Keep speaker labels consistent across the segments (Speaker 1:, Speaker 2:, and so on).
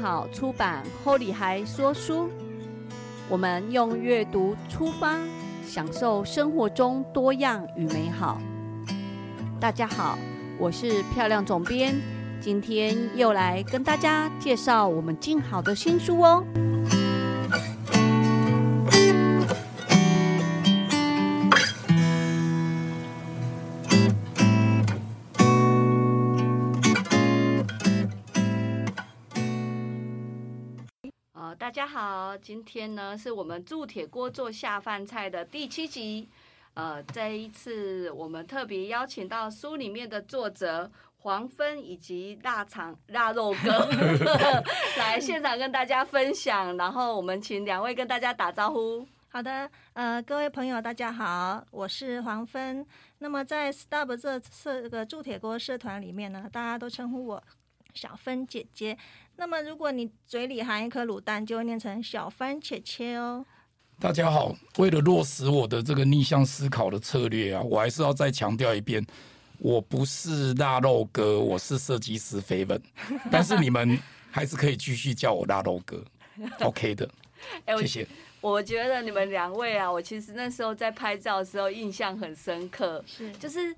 Speaker 1: 好出版《后里还说书》，我们用阅读出发，享受生活中多样与美好。大家好，我是漂亮总编，今天又来跟大家介绍我们静好的新书哦。呃，大家好，今天呢是我们铸铁锅做下饭菜的第七集。呃，这一次我们特别邀请到书里面的作者黄芬以及腊肠腊肉哥 来现场跟大家分享，然后我们请两位跟大家打招呼。
Speaker 2: 好的，呃，各位朋友，大家好，我是黄芬。那么在 Stub 这这个铸铁锅社团里面呢，大家都称呼我小芬姐姐。那么如果你嘴里含一颗卤蛋，就会念成小番茄切哦。
Speaker 3: 大家好，为了落实我的这个逆向思考的策略啊，我还是要再强调一遍，我不是腊肉哥，我是设计师飞 本，但是你们还是可以继续叫我腊肉哥，OK 的，
Speaker 1: 哎、我
Speaker 3: 谢谢。
Speaker 1: 我觉得你们两位啊，我其实那时候在拍照的时候印象很深刻，
Speaker 2: 是
Speaker 1: 就是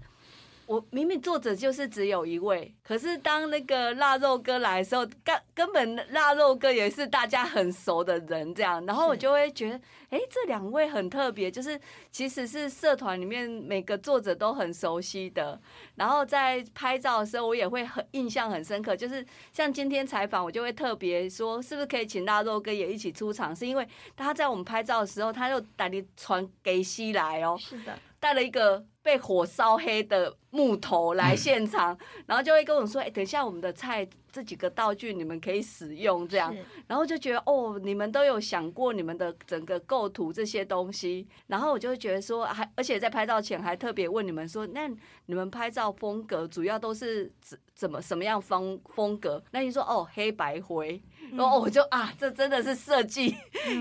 Speaker 1: 我明明作者就是只有一位，可是当那个腊肉哥来的时候，根根本腊肉哥也是大家很熟的人这样，然后我
Speaker 2: 是
Speaker 1: 就会觉得，哎、这两位很特别，就是其实是社团里面每个作者都很熟悉的，然后在拍照的时候，我也会很印象很深刻，就是像今天采访，我就会特别说，是不是可以请腊肉哥也一起出场，是因为他在我们拍照的时候，他又打你传给西来哦，
Speaker 2: 是的，
Speaker 1: 带了一个被火烧黑的木头来现场，然后就会跟我说：“哎、等一下我们的菜这几个道具你们可以使用。”这样，
Speaker 2: 是
Speaker 1: 然后就觉得哦，你们都有想过你们的整个构图这些东西，然后我就会觉得说，还而且在拍照前还特别问你们说，那你们拍照风格主要都是怎怎么什么样风风格？那你说哦，黑白灰，然后我就啊，这真的是设计，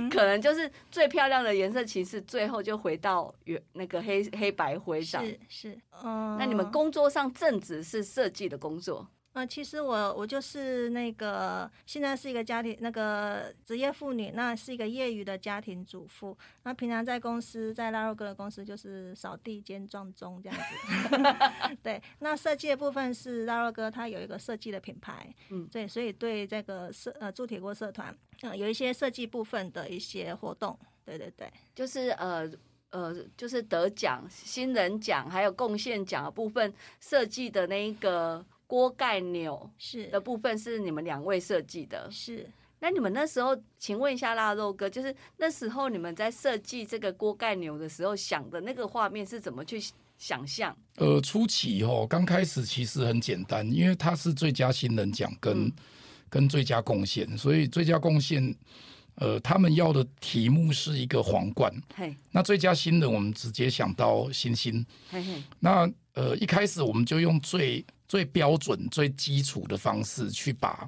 Speaker 1: 可能就是最漂亮的颜色，其实最后就回到原那个黑黑白灰上。
Speaker 2: 是是，嗯，
Speaker 1: 那你们工作上正职是设计的工作，
Speaker 2: 呃，其实我我就是那个现在是一个家庭那个职业妇女，那是一个业余的家庭主妇。那平常在公司，在拉肉哥的公司就是扫地兼撞钟这样子。 对，那设计的部分是拉肉哥他有一个设计的品牌，
Speaker 1: 嗯
Speaker 2: 对，所以对这个社呃铸铁锅社团，呃有一些设计部分的一些活动。对对对，
Speaker 1: 就是呃呃，就是得奖、新人奖还有贡献奖的部分设计的那一个锅盖钮
Speaker 2: 是
Speaker 1: 的部分是你们两位设计的。
Speaker 2: 是。
Speaker 1: 那你们那时候，请问一下腊肉哥，就是那时候你们在设计这个锅盖钮的时候想的那个画面是怎么去想象？
Speaker 3: 呃，初期哦，刚开始其实很简单，因为它是最佳新人奖跟、
Speaker 1: 嗯
Speaker 3: 跟最佳贡献，所以最佳贡献，呃，他们要的题目是一个皇冠，
Speaker 1: 嘿，
Speaker 3: 那最佳新人我们直接想到星星。
Speaker 1: 嘿嘿，
Speaker 3: 那呃，一开始我们就用最最标准、最基础的方式去把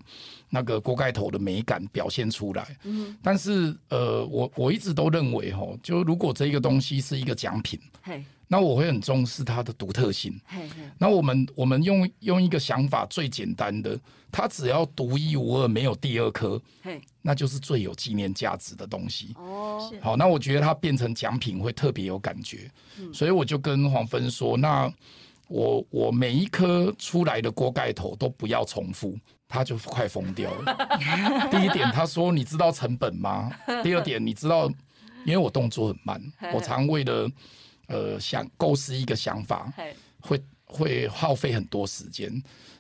Speaker 3: 那个锅盖头的美感表现出来。
Speaker 1: 嗯
Speaker 3: 但是呃，我我一直都认为吼，就如果这个东西是一个奖品，
Speaker 1: 哼，嘿，
Speaker 3: 那我会很重视它的独特性。
Speaker 1: 嘿嘿，
Speaker 3: 那我们我们用用一个想法最简单的，它只要独一无二，没有第二颗，
Speaker 1: 嘿，
Speaker 3: 那就是最有纪念价值的东西。
Speaker 1: 哦，
Speaker 2: 是
Speaker 3: 好，那我觉得它变成奖品会特别有感觉，所以我就跟黄芬说，那我我每一颗出来的锅盖头都不要重复，他就快疯掉了。第一点，他说你知道成本吗？第二点，你知道，因为我动作很慢，我常为了呃想构思一个想法，
Speaker 1: 嘿，
Speaker 3: 会会耗费很多时间，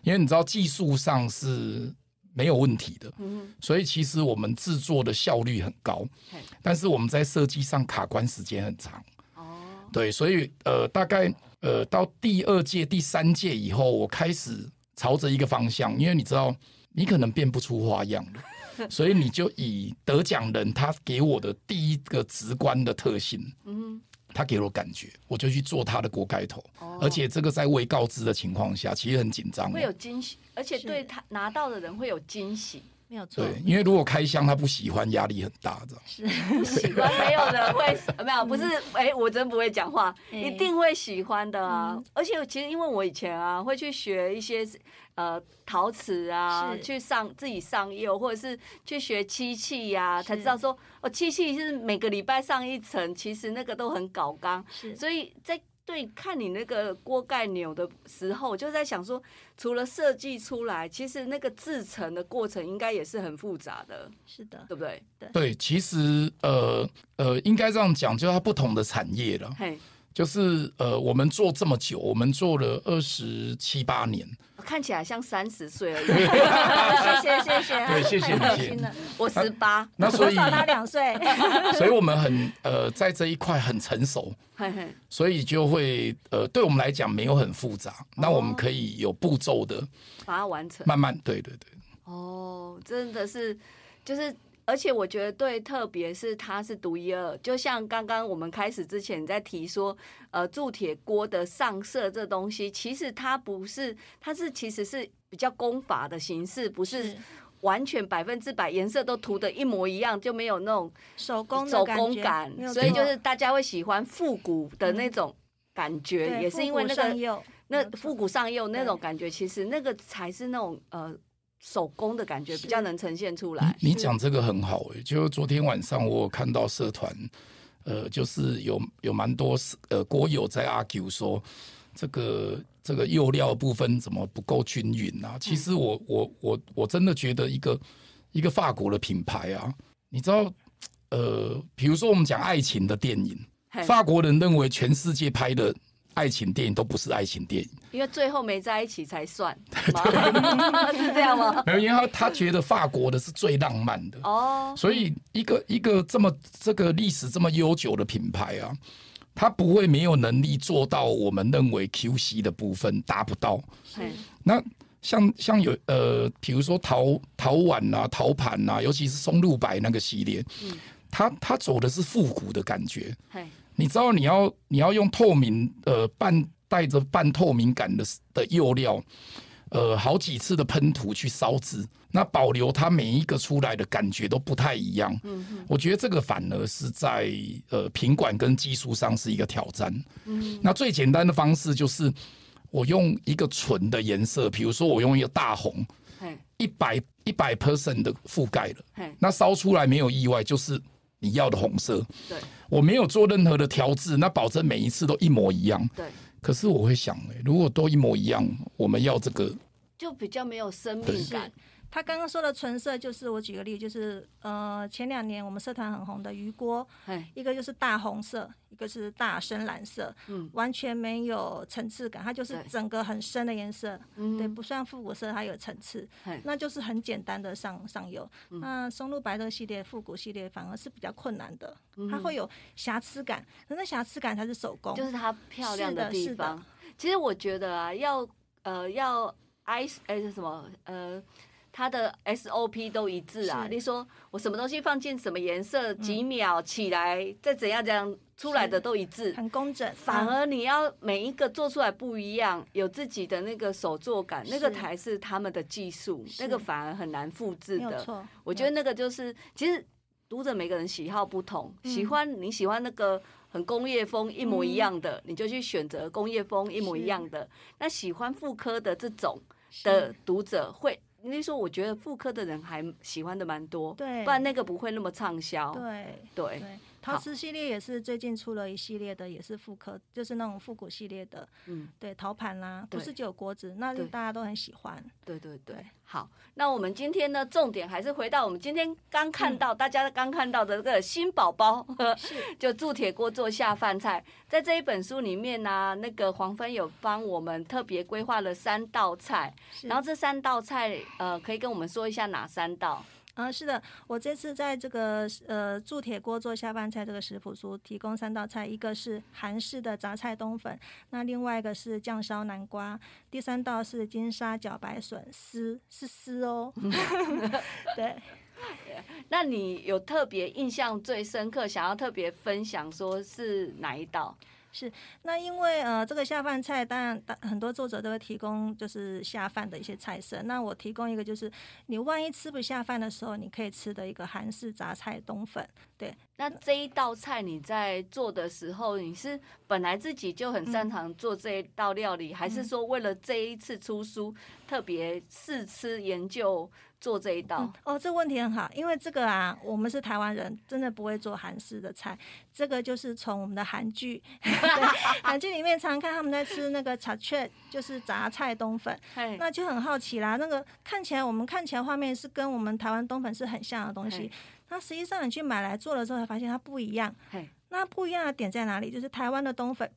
Speaker 3: 因为你知道技术上是没有问题的，
Speaker 1: 嗯
Speaker 3: 所以其实我们制作的效率很高
Speaker 1: 嘿，
Speaker 3: 但是我们在设计上卡关时间很长。
Speaker 1: 哼，哦，
Speaker 3: 对，所以呃，大概呃到第二届、第三届以后，我开始朝着一个方向，因为你知道，你可能变不出花样 了，所以你就以得奖人他给我的第一个直观的特性，
Speaker 1: 嗯，
Speaker 3: 他给我感觉，我就去做他的锅盖头。
Speaker 1: 哦，
Speaker 3: 而且这个在未告知的情况下，其实很紧张哦。
Speaker 1: 会有惊喜，而且
Speaker 2: 是
Speaker 1: 对他拿到的人会有惊喜。
Speaker 2: 没有错，
Speaker 3: 对，因为如果开箱他不喜欢，压力很大的。
Speaker 1: 喜欢没有人会没有，不是哎、我真不会讲话，
Speaker 2: 哎
Speaker 1: 一定会喜欢的啊！而且其实因为我以前啊会去学一些呃陶瓷啊，
Speaker 2: 是
Speaker 1: 去上自己上釉，或者是去学漆器呀、才知道说哦，漆器是每个礼拜上一层，其实那个都很搞刚，
Speaker 2: 是
Speaker 1: 所以在。对，看你那个锅盖钮的时候，我就在想说，除了设计出来，其实那个制成的过程应该也是很复杂的，
Speaker 2: 是的，
Speaker 1: 对不对？
Speaker 3: 对，其实呃呃，应该这样讲，就是它不同的产业了。
Speaker 1: 嘿，
Speaker 3: 就是呃，我们做这么久，我们做了二十七八年，
Speaker 1: 看起来像三十岁而已，
Speaker 2: 谢谢谢谢，
Speaker 3: 对谢谢
Speaker 2: 太开
Speaker 3: 谢谢
Speaker 2: 心了，
Speaker 1: 我十八，
Speaker 3: 那所
Speaker 2: 我
Speaker 3: 以
Speaker 2: 少他 两岁，
Speaker 3: 所以我们很呃，在这一块很成熟，
Speaker 1: 嘿嘿，
Speaker 3: 所以就会呃，对我们来讲没有很复杂。那我们可以有步骤的，
Speaker 1: 把它完成。
Speaker 3: 慢慢，对对对，
Speaker 1: 哦，真的是，就是，而且我觉得对，特别是它是独一二，就像刚刚我们开始之前你在提说，呃，铸铁锅的上色这东西，其实它不是，它是其实是比较功法的形式，不是。完全百分之百颜色都涂的一模一样，就没有那种
Speaker 2: 手工的
Speaker 1: 手
Speaker 2: 感
Speaker 1: 工
Speaker 2: 觉
Speaker 1: 感
Speaker 2: 没，有
Speaker 1: 所以
Speaker 2: 错
Speaker 1: 就是大家会喜欢复古的那种感觉，
Speaker 2: 嗯对
Speaker 1: 也是因为那
Speaker 2: 复古
Speaker 1: 个
Speaker 2: 上釉
Speaker 1: 那
Speaker 2: 没有错
Speaker 1: 复古上釉那种
Speaker 2: 对
Speaker 1: 感觉，其实那个才是那种呃手工的感觉，
Speaker 2: 是嗯
Speaker 1: 比较能呈现出来。
Speaker 3: 你讲这个很好诶、就昨天晚上我有看到社团，呃，就是有有蛮多呃国友在 argue 说，这个这个釉料部分怎么不够均匀啊？其实我我我我真的觉得一个一个法国的品牌啊，你知道，呃，比如说我们讲爱情的电影，
Speaker 1: 嘿
Speaker 3: 法国人认为全世界拍的爱情电影都不是爱情电影。
Speaker 1: 因为最后没在一起才算，吗 是这样 吗？
Speaker 3: 没有，因为他他觉得法国的是最浪漫的，
Speaker 1: 哦，
Speaker 3: 所以一个一个这么这个历史这么悠久的品牌啊，它不会没有能力做到我们认为 QC 的部分达不到。
Speaker 1: 嘿
Speaker 3: 那像像有呃，比如说陶陶碗啊、陶盘啊，尤其是松露白那个系列，它它走的是复古的感觉。
Speaker 1: 嘿，
Speaker 3: 你知道你要你要用透明呃半带着半透明感的的釉料，呃好几次的喷涂去烧制，那保留它每一个出来的感觉都不太一样。嗯，我觉得这个反而是在呃品管跟技术上是一个挑战。嗯，那最简单的方式就是我用一个纯的颜色，比如说我用一个大红
Speaker 1: 嘿，
Speaker 3: 一百一百 percent 的覆盖了，
Speaker 1: 嘿，
Speaker 3: 那烧出来没有意外就是你要的红色。
Speaker 1: 对
Speaker 3: 我没有做任何的调制，那保证每一次都一模一样。
Speaker 1: 对，
Speaker 3: 可是我会想、欸，如果都一模一样，我们要这个
Speaker 1: 就比较没有生
Speaker 3: 对
Speaker 1: 命
Speaker 2: 是
Speaker 1: 感。
Speaker 2: 他刚刚说的纯色，就是我举个例，就是呃前两年我们社团很红的鱼锅，
Speaker 1: 嘿，
Speaker 2: 一个就是大红色，一个是大深蓝色，
Speaker 1: 嗯
Speaker 2: 完全没有层次感，它就是
Speaker 1: 对
Speaker 2: 整个很深的颜色，对，
Speaker 1: 嗯，
Speaker 2: 不算复古色，它有层次
Speaker 1: 嘿，嗯
Speaker 2: 那就是很简单的上上游。那松露白这个系列复古系列反而是比较困难的，它会有瑕疵感，可那瑕疵感才是手工，
Speaker 1: 嗯就是它漂亮
Speaker 2: 哦是的
Speaker 1: 地
Speaker 2: 是的
Speaker 1: 方。其实我觉得啊，要呃要 I 哎是什么呃。它的 SOP 都一致啊，
Speaker 2: 是嗯
Speaker 1: 你说我什么东西放进什么颜色，几秒起来，再怎样怎样出来的
Speaker 2: 是
Speaker 1: 都一致，
Speaker 2: 很工整，
Speaker 1: 反
Speaker 2: 嗯
Speaker 1: 而你要每一个做出来不一样，有自己的那个手作感，
Speaker 2: 是
Speaker 1: 那个才是他们的技术，
Speaker 2: 是
Speaker 1: 那个反而很难复制
Speaker 2: 没有
Speaker 1: 的。
Speaker 2: 错。
Speaker 1: 我觉得那个就是，其实读者每个人喜好不同，
Speaker 2: 嗯
Speaker 1: 喜欢你喜欢那个很工业风一模一样的，你就去选择工业风一模一样的。那喜欢妇科的这种的
Speaker 2: 是
Speaker 1: 读者会。因为说，我觉得妇科的人还喜欢的蛮多，
Speaker 2: 对
Speaker 1: 不然那个不会那么畅销。
Speaker 2: 对。
Speaker 1: 对，
Speaker 2: 对，陶瓷系列也是最近出了一系列的，也是复刻，就是那种复古系列的，
Speaker 1: 嗯，
Speaker 2: 对，陶盘啦、
Speaker 1: 对
Speaker 2: 不是只有锅子，那就
Speaker 1: 对
Speaker 2: 大家都很喜欢。
Speaker 1: 对对对
Speaker 2: 对，
Speaker 1: 好，那我们今天呢，重点还是回到我们今天刚看
Speaker 2: 嗯
Speaker 1: 到、大家刚看到的这个新宝宝， 就铸铁锅做下饭菜。在这一本书里面呢、那个黄芬有帮我们特别规划了三道菜，
Speaker 2: 是
Speaker 1: 然后这三道菜，呃，可以跟我们说一下哪三道？
Speaker 2: 嗯，是的，我这次在这个呃铸铁锅做下饭菜这个食谱书提供三道菜，一个是韩式的杂菜冬粉，那另外一个是酱烧南瓜，第三道是金沙茭白笋丝，是丝 哦。 对，
Speaker 1: 那你有特别印象最深刻，想要特别分享说是哪一道？
Speaker 2: 那因为呃，这个下饭菜，当然当很多作者都会提供就是下饭的一些菜色。那我提供一个，就是你万一吃不下饭的时候，你可以吃的一个韩式杂菜冬粉。
Speaker 1: 那这一道菜你在做的时候，你是本来自己就很
Speaker 2: 嗯
Speaker 1: 擅长做这一道料理，还是说为了这一次出书特别试吃研究做这一道
Speaker 2: 嗯？，哦，这问题很好，因为这个啊，我们是台湾人，真的不会做韩式的菜。这个就是从我们的韩剧， 对韩剧里面常看他们在吃那个炸雀，就是杂菜冬粉。
Speaker 1: 嘿，
Speaker 2: 那就很好奇啦。那个看起来我们看起来画面是跟我们台湾冬粉是很像的东
Speaker 1: 嘿
Speaker 2: 西，那实际上你去买来做了之后，才发现它不一样。
Speaker 1: 嘿，
Speaker 2: 那不一样的点在哪里？就是台湾的冬粉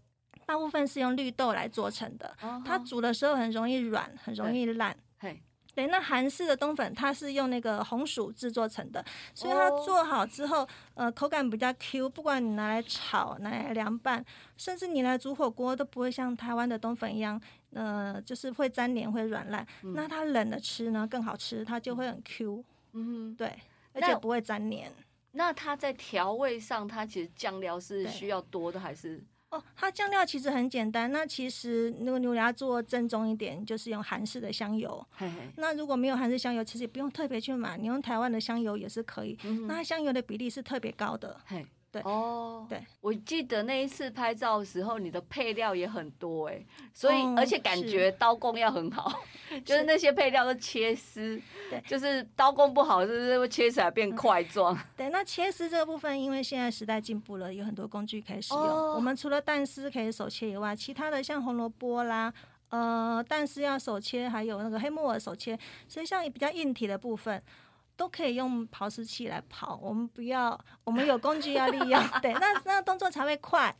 Speaker 2: 大部分是用绿豆来做成的，
Speaker 1: 哦
Speaker 2: 它煮的时候很容易软，很容易烂。
Speaker 1: 嘿，
Speaker 2: 对，那韩式的冬粉它是用那个红薯制作成的，所以它
Speaker 1: 哦
Speaker 2: 做好之后，呃，口感比较 Q，不管你拿来炒、拿来凉拌，甚至你来煮火锅，都不会像台湾的冬粉一样，呃，就是会粘黏、会软烂。
Speaker 1: 嗯
Speaker 2: 那它冷的吃呢更好吃，它就会很 Q，
Speaker 1: 嗯哼，
Speaker 2: 对，而
Speaker 1: 那
Speaker 2: 且不会粘黏。
Speaker 1: 那它在调味上，它其实酱料是
Speaker 2: 对
Speaker 1: 需要多的还是？
Speaker 2: 哦，它酱料其实很简单。那其实如果你要做正宗一点，就是用韩式的香油。
Speaker 1: 嘿嘿，
Speaker 2: 那如果没有韩式香油，其实也不用特别去买，你用台湾的香油也是可以。
Speaker 1: 嗯
Speaker 2: 那
Speaker 1: 哼，
Speaker 2: 它香油的比例是特别高的。
Speaker 1: 嘿，
Speaker 2: 对
Speaker 1: 哦，
Speaker 2: 对，
Speaker 1: 我记得那一次拍照的时候，你的配料也很多哎，所以
Speaker 2: 哦
Speaker 1: 而且感觉刀工要很好，就是那些配料都切丝
Speaker 2: 对，
Speaker 1: 就是刀工不好，是不是会切起来变块状？
Speaker 2: 对，那切丝这个部分，因为现在时代进步了，有很多工具可以使用。
Speaker 1: 哦
Speaker 2: 我们除了蛋丝可以手切以外，其他的像红萝卜啦，呃，蛋丝要手切，还有那个黑木耳手切，所以像比较硬体的部分。都可以用刨丝器来刨，我们不要，我们有工具要利用， 对，那那动作才会快，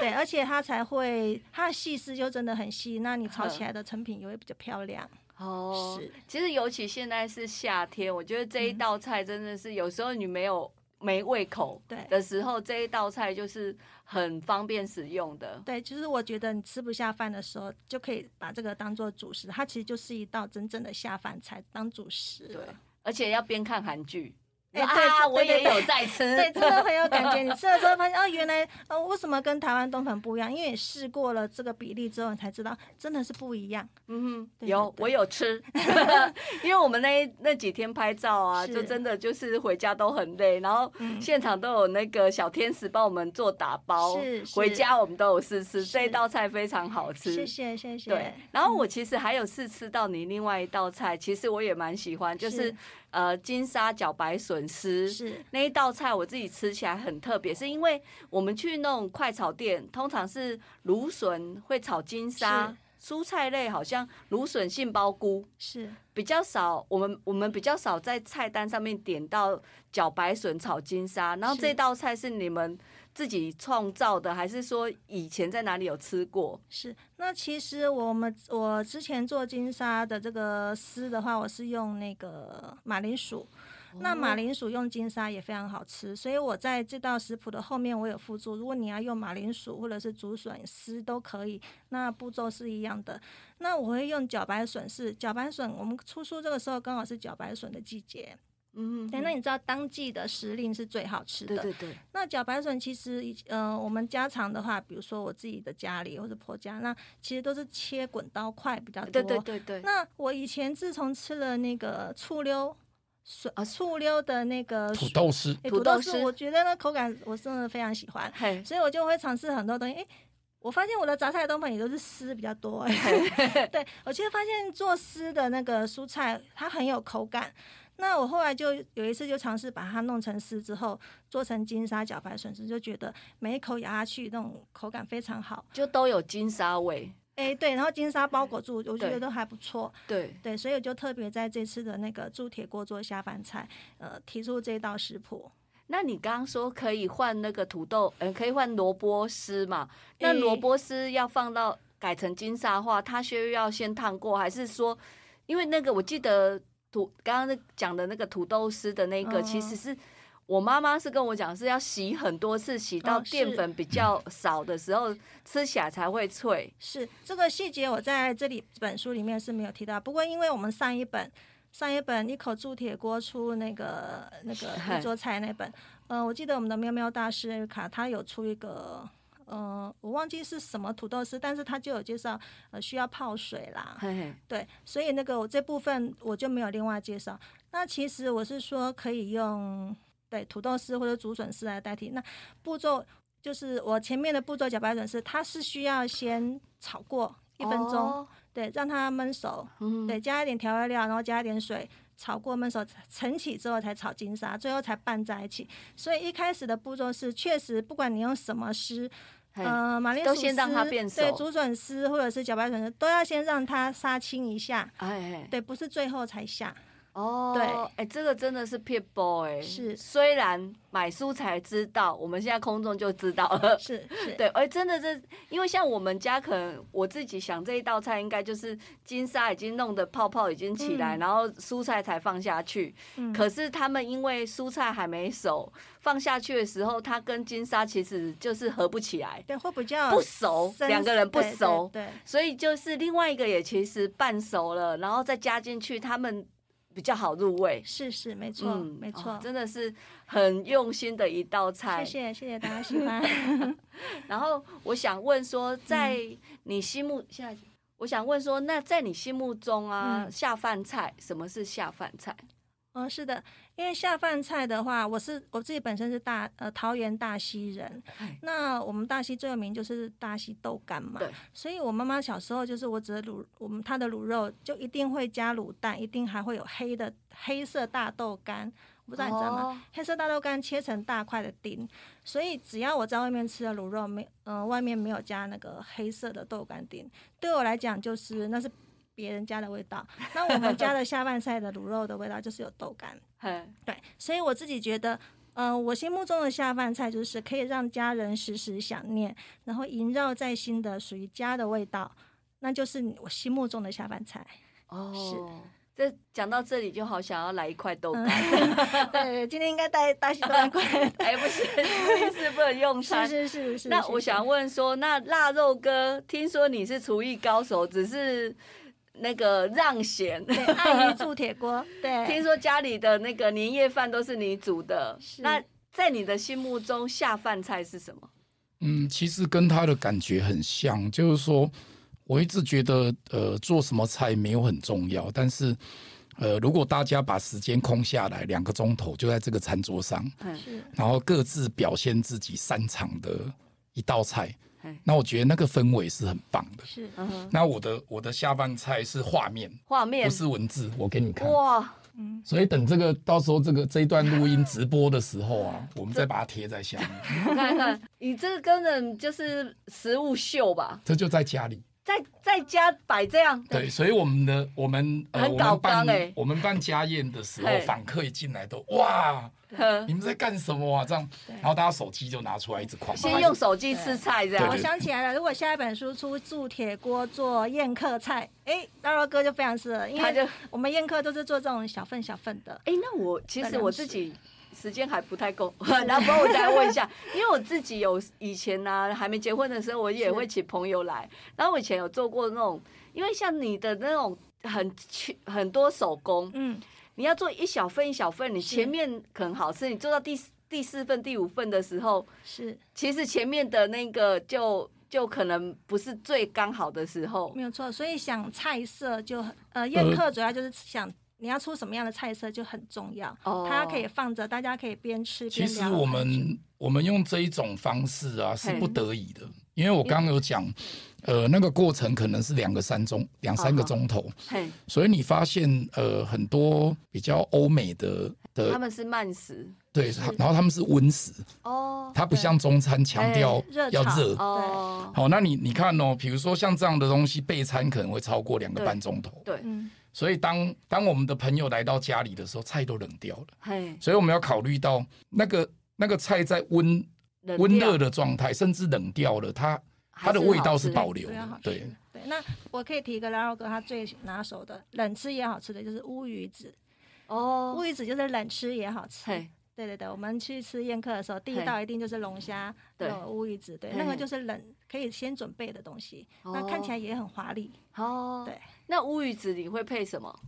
Speaker 2: 对，而且它才会，它的细丝就真的很细，那你炒起来的成品也会比较漂亮，
Speaker 1: 哦，
Speaker 2: 嗯是
Speaker 1: 其实尤其现在是夏天，我觉得这一道菜真的是有时候你没有没胃口
Speaker 2: 对
Speaker 1: 的时候，这一道菜就是很方便使用的。
Speaker 2: 对，就是我觉得你吃不下饭的时候，就可以把这个当做主食，它其实就是一道真正的下饭菜，当主食
Speaker 1: 对
Speaker 2: 了。，
Speaker 1: 而且要边看韩剧。
Speaker 2: 哎对
Speaker 1: 啊，
Speaker 2: 这
Speaker 1: 我也
Speaker 2: 对对
Speaker 1: 有在吃。
Speaker 2: 对，真的很有感觉。你吃了之后发现，哦，原来哦，为什么跟台湾冬粉不一样？因为你试过了这个比例之后，你才知道真的是不一样。
Speaker 1: 嗯哼，
Speaker 2: 对
Speaker 1: 有
Speaker 2: 对对
Speaker 1: 我有 吃， 因为我们那一那几天拍照啊，
Speaker 2: 是
Speaker 1: 就真的就是回家都很累，然后
Speaker 2: 嗯
Speaker 1: 现场都有那个小天使帮我们做打包
Speaker 2: 是，是
Speaker 1: 回家我们都有试吃，
Speaker 2: 是
Speaker 1: 这一道菜非常好吃。
Speaker 2: 谢谢，谢谢。
Speaker 1: 对，然
Speaker 2: 嗯
Speaker 1: 后我其实还有试吃到你另外一道菜，其实我也蛮喜欢，就是
Speaker 2: 是
Speaker 1: 呃金沙茭白笋丝
Speaker 2: 是
Speaker 1: 那一道菜，我自己吃起来很特别，是因为我们去那种快炒店，通常是芦笋会炒金沙，蔬菜类好像芦笋、杏鲍菇。
Speaker 2: 是
Speaker 1: 比较少，我们我们比较少在菜单上面点到茭白笋炒金沙，然后
Speaker 2: 是
Speaker 1: 这道菜是你们自己创造的，还是说以前在哪里有吃过？
Speaker 2: 是。那其实我们我之前做金沙的这个丝的话，我是用那个马铃薯。那
Speaker 1: 哦
Speaker 2: 马铃薯用金沙也非常好吃，所以我在这道食谱的后面我有附注，如果你要用马铃薯或者是竹笋丝都可以，那步骤是一样的。那我会用茭白笋是茭白笋，我们出书这个时候刚好是茭白笋的季节。
Speaker 1: 嗯，
Speaker 2: 对，那你知道当季的时令是最好吃的。
Speaker 1: 对对对，
Speaker 2: 那茭白笋其实以，呃，我们家常的话，比如说我自己的家里或者婆家，那其实都是切滚刀块比较多。
Speaker 1: 呃对对对对，
Speaker 2: 那我以前自从吃了那个醋溜笋呃
Speaker 1: 啊
Speaker 2: 醋溜的那个
Speaker 3: 土豆丝
Speaker 2: 诶
Speaker 1: 土
Speaker 2: 土豆
Speaker 1: 豆
Speaker 2: 丝，
Speaker 1: 丝
Speaker 2: 我觉得那口感我真的非常喜欢，
Speaker 1: 嘿，
Speaker 2: 所以我就会尝试很多东西。诶，我发现我的杂菜冬粉也都是丝比较 多、诶对我就发现做丝的那个蔬菜它很有口感。那我后来就有一次就尝试把它弄成丝之后，做成金沙茭白笋丝，就觉得每一口咬下去那种口感非常好。
Speaker 1: 就都有金沙味，
Speaker 2: 诶，对，然后金沙包裹住，我觉
Speaker 1: 对
Speaker 2: 得都还不错。
Speaker 1: 对，
Speaker 2: 对，所以我就特别在这次的那个铸铁锅做下饭菜，呃，提出这道食谱。
Speaker 1: 那你刚刚说可以换那个土豆，嗯、可以换萝卜丝嘛？那
Speaker 2: 诶
Speaker 1: 萝卜丝要放到改成金沙话，它需要先烫过，还是说，因为那个我记得土刚刚那讲的那个土豆丝的那个，
Speaker 2: 嗯
Speaker 1: 其实是我妈妈是跟我讲是要洗很多次，洗到
Speaker 2: 哦是
Speaker 1: 淀粉比较少的时候，吃起来才会脆。
Speaker 2: 是这个细节，我在这里本书里面是没有提到。不过，因为我们上一本上一本一口铸铁锅出那个那个
Speaker 1: 嗨
Speaker 2: 一桌菜那本，呃，我记得我们的喵喵大师瑞卡他有出一个呃，我忘记是什么土豆丝，但是他就有介绍，呃，需要泡水啦，
Speaker 1: 嘿嘿，
Speaker 2: 对，所以那个我这部分我就没有另外介绍。那其实我是说可以用对土豆丝或者竹笋丝来代替。那步骤就是我前面的步骤茭白笋丝，它是需要先炒过一分钟，
Speaker 1: 哦，
Speaker 2: 对，让它焖熟，
Speaker 1: 嗯，
Speaker 2: 对，加一点调味料，然后加一点水。炒过焖熟，盛起之后才炒金沙，最后才拌在一起。所以一开始的步骤是，确实不管你用什么丝，
Speaker 1: 嘿，
Speaker 2: 呃，马铃
Speaker 1: 都
Speaker 2: 薯
Speaker 1: 先让它
Speaker 2: 丝
Speaker 1: 变
Speaker 2: 对，
Speaker 1: 熟
Speaker 2: 竹笋丝或者是茭白笋丝都要先让它杀青一下，
Speaker 1: 哎，嘿
Speaker 2: 对，不是最后才下，
Speaker 1: 哦，
Speaker 2: 对，
Speaker 1: 哎，这个真的是 people 哎，
Speaker 2: 是
Speaker 1: 虽然买蔬菜知道，我们现在空中就知道了，
Speaker 2: 是是，
Speaker 1: 对，哎，真的这，因为像我们家可能我自己想这一道菜应该就是金沙已经弄得泡泡已经起来，
Speaker 2: 嗯
Speaker 1: 然后蔬菜才放下去。
Speaker 2: 嗯
Speaker 1: 可是他们因为蔬菜还没熟，放下去的时候，它跟金沙其实就是合不起来，
Speaker 2: 对会比较
Speaker 1: 不熟，
Speaker 2: 深
Speaker 1: 两个人不
Speaker 2: 对对
Speaker 1: 熟，
Speaker 2: 对
Speaker 1: 所以就是另外一个也其实半熟了，然后再加进去，他们比较好入味。
Speaker 2: 是是没错没
Speaker 1: 哦
Speaker 2: 错，
Speaker 1: 真的是很用心的一道菜。
Speaker 2: 谢谢谢谢大家喜 欢，
Speaker 1: 然后我想问说，
Speaker 2: 嗯
Speaker 1: 在你心目下，我想问说，那在你心目中啊，
Speaker 2: 嗯
Speaker 1: 下饭菜什么是下饭菜？
Speaker 2: 嗯是的，因为下饭菜的话，我是我自己本身是大呃桃园大溪人
Speaker 1: 嗨，
Speaker 2: 那我们大溪最有名就是大溪豆干嘛
Speaker 1: 哎对，
Speaker 2: 所以我妈妈小时候就是我只是卤我们她的卤肉就一定会加卤蛋，一定还会有黑的黑色大豆干，我不
Speaker 1: 不
Speaker 2: 知道你知道吗？黑色大豆干切成大块的丁，所以只要我在外面吃的卤肉没，呃，外面没有加那个黑色的豆干丁，对我来讲就是那是别人家的味道。那我们家的下饭菜的卤肉的味道就是有豆干，
Speaker 1: 嘿，
Speaker 2: 对，所以我自己觉得。嗯、我心目中的下饭菜就是可以让家人时时想念，然后萦绕在心的属于家的味道，那就是我心目中的下饭菜。
Speaker 1: 哦
Speaker 2: 是。
Speaker 1: 这讲到这里就好想要来一块
Speaker 2: 嗯
Speaker 1: 豆干，
Speaker 2: 对，今天应该带带西饭过来。
Speaker 1: 哎不行，录音室不能用
Speaker 2: 是
Speaker 1: 餐。
Speaker 2: 是是是。
Speaker 1: 那
Speaker 2: 是
Speaker 1: 我
Speaker 2: 是
Speaker 1: 想问说，那腊肉哥，听说你是厨艺高手，只是那个让贤，
Speaker 2: 对， 爱鱼铸铁锅，对，
Speaker 1: 听说家里的那个年夜饭都是你煮的，
Speaker 2: 是
Speaker 1: 那在你的心目中下饭菜是什么？
Speaker 3: 嗯，其实跟他的感觉很像，就是说，我一直觉得，呃，做什么菜没有很重要，但是，呃，如果大家把时间空下来两个钟头，就在这个餐桌上，
Speaker 1: 嗯
Speaker 2: 是
Speaker 3: 然后各自表现自己擅长的一道菜
Speaker 1: 嘿，
Speaker 3: 那我觉得那个氛围是很棒的。
Speaker 2: 是
Speaker 1: 嗯哼，
Speaker 3: 那我的我的下饭菜是画面，
Speaker 1: 画面
Speaker 3: 不是文字，我给你看。
Speaker 1: 哇，
Speaker 2: 嗯，
Speaker 3: 所以等这个到时候这个这一段录音直播的时候 啊，我们再把它贴在下面，
Speaker 1: 我看一看，你这个根本就是食物秀吧？
Speaker 3: 这就在家 里。
Speaker 1: 在在家摆这样，
Speaker 3: 对，所以我们的我们呃，
Speaker 1: 很
Speaker 3: 我
Speaker 1: 搞
Speaker 3: 们办、
Speaker 1: 纲欸
Speaker 3: 我们办家宴的时候
Speaker 1: 嘿，
Speaker 3: 访客一进来都哇，
Speaker 1: 呵
Speaker 3: 你们在干什么啊？这样，
Speaker 2: 对
Speaker 3: 然后大家手机就拿出来一直狂拍，
Speaker 1: 先用手机吃菜这
Speaker 2: 我
Speaker 1: 样
Speaker 3: 对。
Speaker 2: 想起来了，如果下一本书出铸铁锅做宴客菜，哎，大肉哥就非常适合，因
Speaker 1: 他就
Speaker 2: 为我们宴客都是做这种小份小份的，
Speaker 1: 哎、那我其实
Speaker 2: 量
Speaker 1: 我
Speaker 2: 是
Speaker 1: 自己时间还不太 够，然后不然我再问一下，因为我自己有以前呢、还没结婚的时候，我也
Speaker 2: 是
Speaker 1: 会请朋友来，然后我以前有做过那种，因为像你的那种很去很多手工，
Speaker 2: 嗯，
Speaker 1: 你要做一小份一小份，你
Speaker 2: 是
Speaker 1: 前面可能好吃，你做到第四第四份第五份的时候，
Speaker 2: 是
Speaker 1: 其实前面的那个就就可能不是最刚好的时候，
Speaker 2: 没有错。所以想菜色就很呃，宴客主要就是想你要出什么样的菜色就很重要，
Speaker 1: 哦
Speaker 2: 它可以放着，大家可以边吃
Speaker 3: 其
Speaker 2: 边
Speaker 3: 实
Speaker 2: 聊。
Speaker 3: 我们我们用这一种方式啊是
Speaker 1: 嘿
Speaker 3: 不得已的，因为我刚刚有讲，呃，那个过程可能是两个三钟两三个
Speaker 1: 啊哈
Speaker 3: 钟头，
Speaker 1: 嘿，
Speaker 3: 所以你发现呃很多比较欧美的
Speaker 2: 呃
Speaker 1: 他
Speaker 3: 的
Speaker 1: 们是慢食
Speaker 3: 对，然后他们是温食，
Speaker 1: 哦
Speaker 3: 它不像中餐强调
Speaker 2: 热
Speaker 3: 要
Speaker 2: 炒
Speaker 3: 热，
Speaker 1: 哦，
Speaker 3: 好，那你你看哦，比如说像这样的东西备餐可能会超过两个半钟头，
Speaker 1: 对，
Speaker 2: 嗯，
Speaker 3: 所以当当我们的朋友来到家里的时候，菜都冷掉了，
Speaker 1: 嘿，
Speaker 3: 所以我们要考虑到那个那个菜在温
Speaker 1: 冷
Speaker 3: 温
Speaker 1: 掉
Speaker 3: 热的状态，甚至冷掉了，它它
Speaker 1: 还
Speaker 3: 的
Speaker 1: 是
Speaker 3: 味
Speaker 1: 好
Speaker 3: 道
Speaker 1: 吃
Speaker 3: 是保留
Speaker 2: 对啊，
Speaker 3: 的
Speaker 2: 好，
Speaker 3: 对
Speaker 2: 吃。对，那我可以提一个拉肉哥他最拿手的冷吃也好吃的就是乌鱼子，乌
Speaker 1: 哦，
Speaker 2: 鱼子就是冷吃也好吃。
Speaker 1: 嘿，
Speaker 2: 对对对，我们去吃宴客的时候，第一
Speaker 1: 嘿
Speaker 2: 道一定就是龙虾、
Speaker 1: 对
Speaker 2: 有乌鱼子，对，
Speaker 1: 嘿
Speaker 2: 那
Speaker 1: 嘿
Speaker 2: 个就是冷可以先准备的东西，那看起来也很华丽。
Speaker 1: 哦，
Speaker 2: 对，
Speaker 1: 那乌鱼子你会配什么？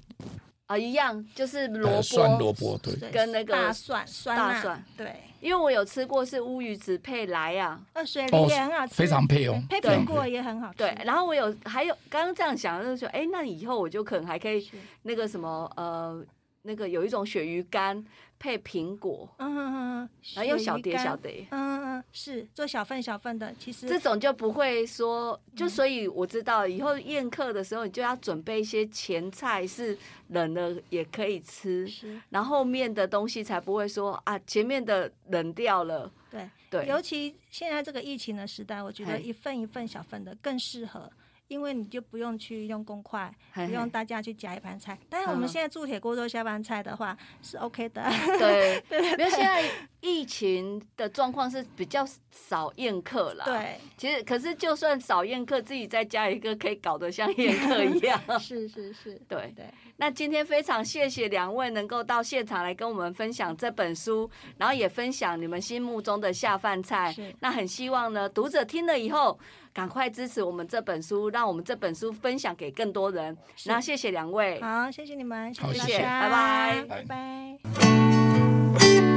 Speaker 1: 啊，一样就是萝
Speaker 3: 呃，蒜萝
Speaker 1: 卜，
Speaker 3: 卜对，
Speaker 2: 对
Speaker 1: 跟那个
Speaker 2: 大蒜酸
Speaker 1: 大
Speaker 2: 辣
Speaker 1: 蒜
Speaker 2: 对，
Speaker 1: 因为我有吃过是乌鱼子配来啊，
Speaker 2: 呃，水梨
Speaker 3: 哦
Speaker 2: 也很好吃，
Speaker 3: 非常配哦，
Speaker 2: 配
Speaker 3: 非
Speaker 2: 苹
Speaker 3: 常
Speaker 2: 果也很好吃，
Speaker 1: 对，然后我有还有刚刚这样想，就是说，哎，那以后我就可能还可以
Speaker 2: 是
Speaker 1: 那个什么呃，那个有一种鳕鱼干配苹果，
Speaker 2: 嗯嗯嗯，
Speaker 1: 然后用
Speaker 2: 鳕鱼
Speaker 1: 小碟
Speaker 2: 干
Speaker 1: 小碟，
Speaker 2: 嗯嗯嗯，是做小份小份的，其实
Speaker 1: 这种就不会说，就所以我知道以后宴客的时候，你就要准备一些前菜是冷了也可以吃，
Speaker 2: 是
Speaker 1: 然后后面的东西才不会说啊前面的冷掉了，
Speaker 2: 对，
Speaker 1: 对，
Speaker 2: 尤其现在这个疫情的时代，我觉得
Speaker 1: 嘿
Speaker 2: 一份一份小份的更适合。因为你就不用去用公筷，
Speaker 1: 嘿
Speaker 2: 不用
Speaker 1: 嘿
Speaker 2: 大家去夹一盘菜。但是我们
Speaker 1: 嗯
Speaker 2: 现在铸铁锅做下饭菜的话是 OK 的，
Speaker 1: 对，因为现在疫情的状况是比较少宴客啦，。
Speaker 2: 对，
Speaker 1: 其实，可是就算少宴客，自己在家一个可以搞得像宴客一样。
Speaker 2: 是是是，
Speaker 1: 对，
Speaker 2: 对，
Speaker 1: 那今天非常谢谢两位能够到现场来跟我们分享这本书，然后也分享你们心目中的下饭菜
Speaker 2: 是。
Speaker 1: 那很希望呢，读者听了以后，赶快支持我们这本书，让我们这本书分享给更多人。
Speaker 2: 是
Speaker 1: 那谢谢两位。
Speaker 2: 好，谢谢你们，
Speaker 3: 好
Speaker 2: 谢
Speaker 1: 谢谢
Speaker 2: 大家
Speaker 1: 拜拜
Speaker 2: 拜拜。